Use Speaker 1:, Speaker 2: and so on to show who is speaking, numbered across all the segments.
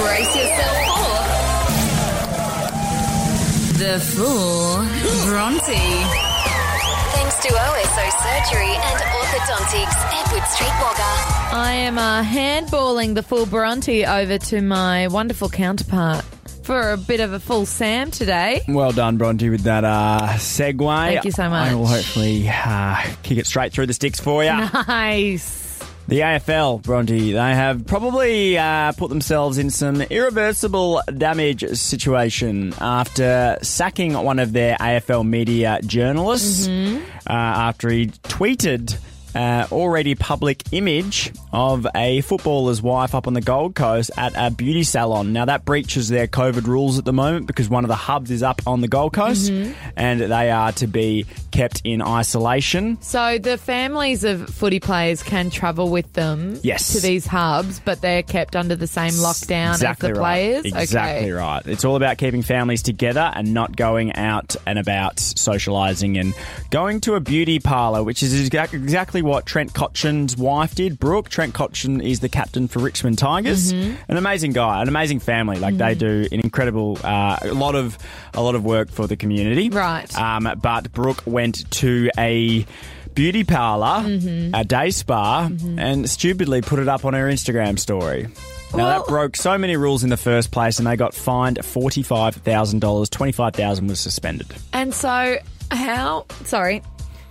Speaker 1: brace yourself for the full Bronte.
Speaker 2: Thanks to OSO Surgery and Orthodontics, Edward Street, Wagga.
Speaker 3: I am uh, handballing the full Bronte over to my wonderful counterpart for a bit of a full Sam today.
Speaker 4: Well done, Bronte, with that uh, segue.
Speaker 3: Thank you so much.
Speaker 4: I will hopefully uh, kick it straight through the sticks for you.
Speaker 3: Nice.
Speaker 4: The AFL, Bronte, they have probably uh, put themselves in some irreversible damage situation after sacking one of their AFL media journalists uh, after he tweeted uh, already public image of a footballer's wife up on the Gold Coast at a beauty salon. Now that breaches their COVID rules at the moment because one of the hubs is up on the Gold Coast and they are to be kept in isolation.
Speaker 3: So the families of footy players can travel with them
Speaker 4: Yes.
Speaker 3: to these hubs, but they're kept under the same lockdown as the
Speaker 4: right.
Speaker 3: players.
Speaker 4: Exactly
Speaker 3: okay.
Speaker 4: right. It's all about keeping families together and not going out and about socialising and going to a beauty parlour, which is exac- exactly what Trent Cotchin's wife did, Brooke. Trent Cotchin is the captain for Richmond Tigers.
Speaker 3: Mm-hmm.
Speaker 4: An amazing guy, an amazing family. Like they do an incredible, uh, a lot of a lot of work for the community.
Speaker 3: Right.
Speaker 4: Um, but Brooke went to a beauty parlor,
Speaker 3: Mm-hmm.
Speaker 4: a day spa, and stupidly put it up on her Instagram story. Now
Speaker 3: Well-
Speaker 4: that broke so many rules in the first place, and they got fined forty five thousand dollars. Twenty five thousand was suspended.
Speaker 3: And so how sorry.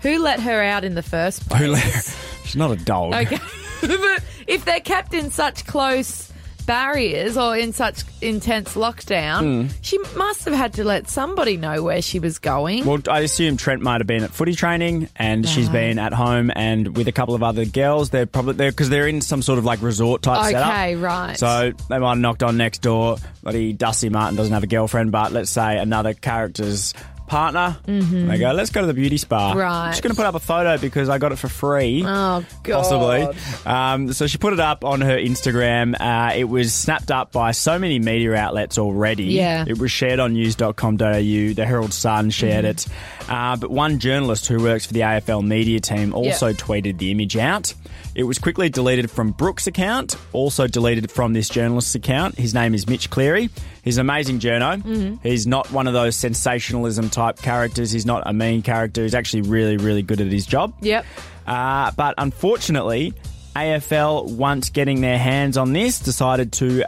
Speaker 3: Who let her out in the first place?
Speaker 4: Who let- She's not a dog.
Speaker 3: Okay. but if they're kept in such close barriers or in such intense lockdown,
Speaker 4: Hmm.
Speaker 3: she must have had to let somebody know where she was going.
Speaker 4: Well, I assume Trent might have been at footy training, and
Speaker 3: Uh-huh.
Speaker 4: she's been at home and with a couple of other girls. They're probably there because they're in some sort of like resort type setup.
Speaker 3: Okay, right.
Speaker 4: So they might have knocked on next door. Bloody Dusty Martin doesn't have a girlfriend, but let's say another character's partner. Mm-hmm. They go, let's go to the beauty spa.
Speaker 3: Right.
Speaker 4: I'm just going to put up a photo because I got it for free.
Speaker 3: Oh, God.
Speaker 4: Possibly. Um, so she put it up on her Instagram. Uh, it was snapped up by so many media outlets already.
Speaker 3: Yeah.
Speaker 4: It was shared on news.com.au. The Herald Sun shared it. Uh, but one journalist who works for the AFL media team also tweeted the image out. It was quickly deleted from Brooks' account, also deleted from this journalist's account. His name is Mitch Cleary. He's an amazing journo. He's not one of those sensationalism type characters. He's not a mean character. He's actually really, really good at his job.
Speaker 3: Yep.
Speaker 4: Uh, but unfortunately, AFL, once getting their hands on this, decided to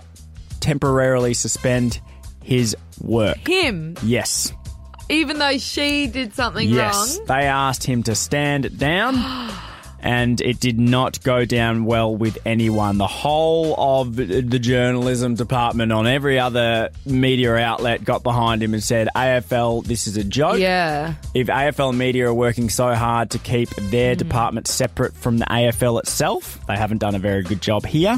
Speaker 4: temporarily suspend his work.
Speaker 3: Him,
Speaker 4: Yes.
Speaker 3: even though she did something
Speaker 4: Yes.
Speaker 3: wrong.
Speaker 4: They asked him to stand down. And it did not go down well with anyone. The whole of the journalism department on every other media outlet got behind him and said, AFL, this is a joke.
Speaker 3: Yeah.
Speaker 4: If AFL media are working so hard to keep their
Speaker 3: Mm.
Speaker 4: department separate from the AFL itself, they haven't done a very good job here.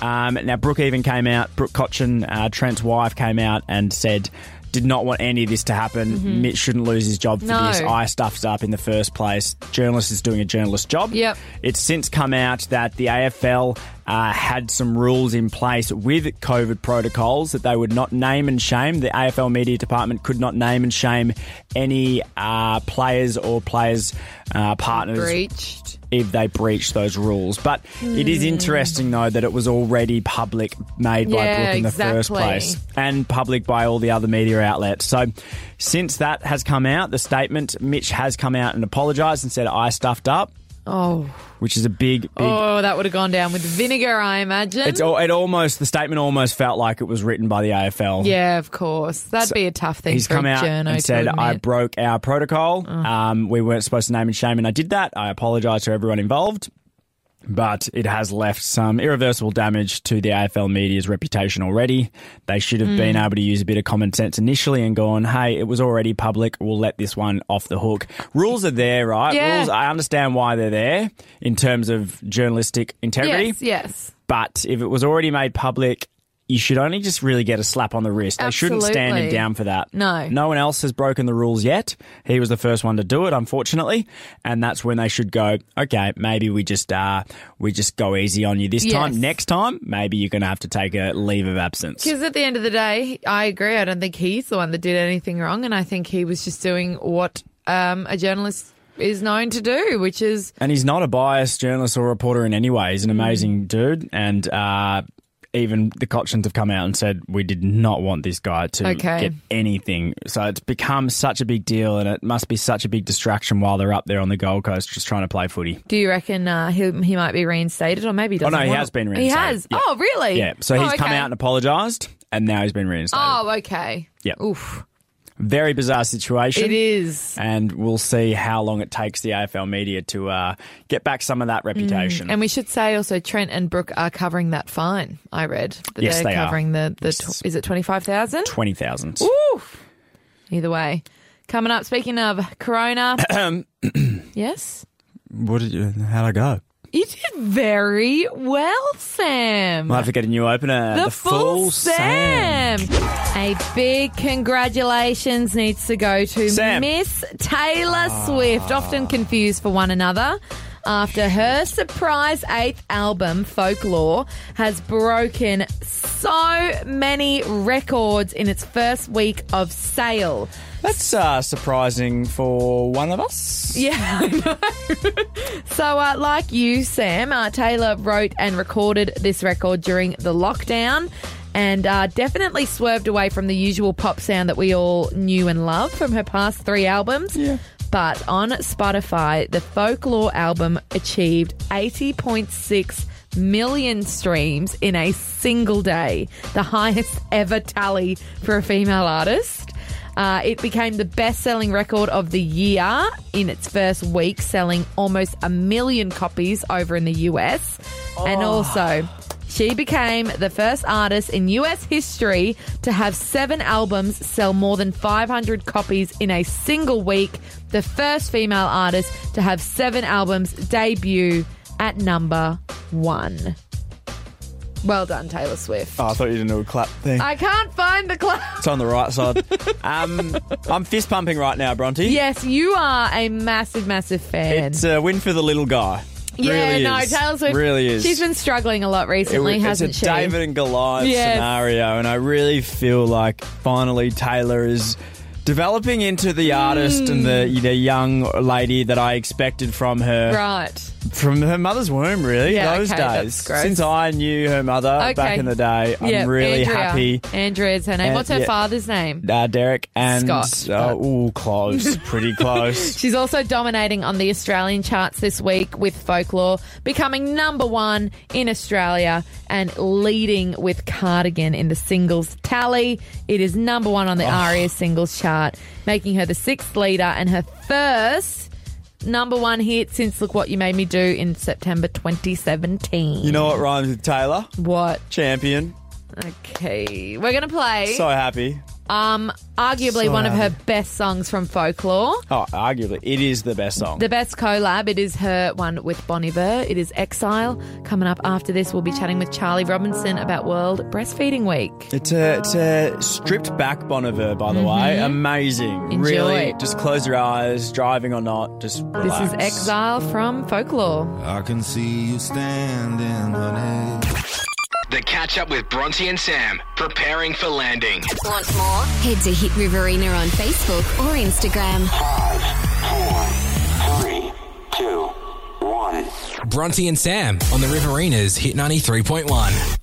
Speaker 4: Um, now, Brooke even came out, Brooke Cochin, uh, Trent's wife, came out and said, did not want any of this to happen. Mitch shouldn't lose his job for
Speaker 3: Mm-hmm. No.
Speaker 4: this. I stuffed up in the first place. Journalist is doing a journalist job.
Speaker 3: Yep.
Speaker 4: It's since come out that the AFL uh, had some rules in place with COVID protocols that they would not name and shame. The AFL media department could not name and shame any uh, players or players' uh, partners
Speaker 3: Breached.
Speaker 4: if they breach those rules. But it
Speaker 3: Hmm.
Speaker 4: is interesting, though, that it was already public made by
Speaker 3: Yeah,
Speaker 4: Brooke in the first
Speaker 3: exactly.
Speaker 4: place and public by all the other media outlets. So since that has come out, the statement, Mitch has come out and apologised and said, I stuffed up,
Speaker 3: Oh.
Speaker 4: which is a big, big.
Speaker 3: Oh, that would have gone down with vinegar, I imagine.
Speaker 4: It's al- it almost the statement almost felt like it was written by the AFL.
Speaker 3: yeah, of course. That'd be a tough thing
Speaker 4: He's
Speaker 3: for
Speaker 4: come
Speaker 3: a
Speaker 4: out
Speaker 3: journo
Speaker 4: and
Speaker 3: to
Speaker 4: said, "I
Speaker 3: admit. Oh.
Speaker 4: broke our protocol. Um, we weren't supposed to name and shame, and I did that. I apologise to everyone involved." But it has left some irreversible damage to the AFL media's reputation already. They should
Speaker 3: Hmm.
Speaker 4: have been able to use a bit of common sense initially and gone, hey, it was already public. We'll let this one off the hook. Rules are there, right?
Speaker 3: Yeah.
Speaker 4: Rules, I understand why they're there in terms of journalistic integrity.
Speaker 3: Yes, yes.
Speaker 4: But if it was already made public, you should only just really get a slap on the wrist. They shouldn't stand him
Speaker 3: Absolutely.
Speaker 4: down for that.
Speaker 3: No.
Speaker 4: No one else has broken the rules yet. He was the first one to do it, unfortunately. And that's when they should go, okay, maybe we just uh we just go easy on you this
Speaker 3: Yes.
Speaker 4: time. Next time, maybe you're gonna have to take a leave of absence.
Speaker 3: Because at the end of the day, I agree. I don't think he's the one that did anything wrong, and I think he was just doing what um, a journalist is known to do, which is Mm.
Speaker 4: And he's not a biased journalist or reporter in any way. He's an amazing dude. And uh even the Cochrans have come out and said we did not want this guy to
Speaker 3: Okay.
Speaker 4: get anything. So it's become such a big deal, and it must be such a big distraction while they're up there on the Gold Coast just trying to play footy.
Speaker 3: Do you reckon uh, he he might be reinstated, or maybe he
Speaker 4: Oh
Speaker 3: doesn't?
Speaker 4: no, he
Speaker 3: want-
Speaker 4: has been
Speaker 3: He
Speaker 4: reinstated.
Speaker 3: has.
Speaker 4: Yeah.
Speaker 3: Oh, really?
Speaker 4: Yeah, so he's
Speaker 3: Oh,
Speaker 4: come
Speaker 3: okay.
Speaker 4: out and apologised, and now he's been reinstated.
Speaker 3: Oh, okay.
Speaker 4: Yeah.
Speaker 3: Oof.
Speaker 4: Very bizarre situation.
Speaker 3: It is.
Speaker 4: and we'll see how long it takes the AFL media to uh, get back some of that reputation.
Speaker 3: Mm. And we should say also Trent and Brooke are covering that fine. I read that
Speaker 4: Yes,
Speaker 3: they're
Speaker 4: they are.
Speaker 3: covering the the tw- is it twenty five thousand?
Speaker 4: Twenty thousand.
Speaker 3: Oof. Either way, coming up. Speaking of Corona, yes,
Speaker 4: What did you? How'd I go?
Speaker 3: you did very well, Sam.
Speaker 4: We'll have to get a new opener.
Speaker 3: the, full Sam. A big congratulations needs to go to
Speaker 4: Sam.
Speaker 3: Miss Taylor Swift, often confused for one another. After her surprise eighth album, Folklore, has broken so many records in its first week of sale.
Speaker 4: That's uh, surprising for one of us.
Speaker 3: Yeah, I know. so, uh, like you, Sam, uh, Taylor wrote and recorded this record during the lockdown and uh, definitely swerved away from the usual pop sound that we all knew and loved from her past three albums.
Speaker 4: Yeah.
Speaker 3: But on Spotify, the Folklore album achieved 80.6 million streams in a single day, the highest ever tally for a female artist. Uh, it became the best selling record of the year in its first week, selling almost a million copies over in the US. And also, she became the first artist in US history to have seven albums sell more than 500 copies in a single week. The first female artist to have seven albums debut at number one. Well done, Taylor Swift.
Speaker 4: Oh, I thought you didn't do a clap thing.
Speaker 3: I can't find the clap.
Speaker 4: it's on the right side. um, I'm fist pumping right now, Bronte.
Speaker 3: Yes, you are a massive, massive fan.
Speaker 4: It's a win for the little guy.
Speaker 3: yeah,
Speaker 4: really
Speaker 3: no,
Speaker 4: is.
Speaker 3: Taylor Swift.
Speaker 4: really is.
Speaker 3: She's been struggling a lot
Speaker 4: It
Speaker 3: recently,
Speaker 4: was-
Speaker 3: hasn't
Speaker 4: it's
Speaker 3: she?
Speaker 4: a David and Goliath
Speaker 3: Yes.
Speaker 4: scenario, and I really feel like finally Taylor is developing into the artist and the the young lady that I expected from her
Speaker 3: Mm. Right.
Speaker 4: from her mother's womb. Really,
Speaker 3: Yeah,
Speaker 4: those
Speaker 3: okay, that's
Speaker 4: days
Speaker 3: gross.
Speaker 4: since I knew her mother
Speaker 3: Okay.
Speaker 4: back in the day. I'm
Speaker 3: Yeah,
Speaker 4: really
Speaker 3: Andrea.
Speaker 4: happy.
Speaker 3: Andrea's her name.
Speaker 4: And-
Speaker 3: What's her
Speaker 4: yeah.
Speaker 3: father's name?
Speaker 4: Uh, Derek and
Speaker 3: Scott,
Speaker 4: uh, ooh, close, pretty close.
Speaker 3: She's also dominating on the Australian charts this week with folklore, becoming number one in Australia and leading with Cardigan in the singles tally. It is number one on the
Speaker 4: Oh.
Speaker 3: ARIA singles chart, making her the sixth leader and her first number one hit since Look What You Made Me Do in September 2017.
Speaker 4: you know what rhymes with Taylor?
Speaker 3: what?
Speaker 4: Champion.
Speaker 3: Okay, we're gonna play
Speaker 4: So happy.
Speaker 3: um arguably
Speaker 4: so
Speaker 3: one of her
Speaker 4: happy.
Speaker 3: best songs from folklore.
Speaker 4: Oh, arguably, it is the best song.
Speaker 3: The best collab, it is her one with Bon Iver. It is Exile. Coming up after this, we'll be chatting with Charlie Robinson about World Breastfeeding Week.
Speaker 4: It's a, it's a stripped back Boniver, by the way. Amazing.
Speaker 3: Mm-hmm. Enjoy.
Speaker 4: Really, just close your eyes, driving or not, just
Speaker 3: This
Speaker 4: relax.
Speaker 3: is Exile from Folklore.
Speaker 5: I can see you standing, honey.
Speaker 6: The catch up with Bronte and Sam, preparing for landing.
Speaker 2: Want more? Head to Hit Riverina on Facebook or Instagram.
Speaker 7: Five, four, three, two, one.
Speaker 8: Bronte and Sam on the Riverinas Hit 93.1.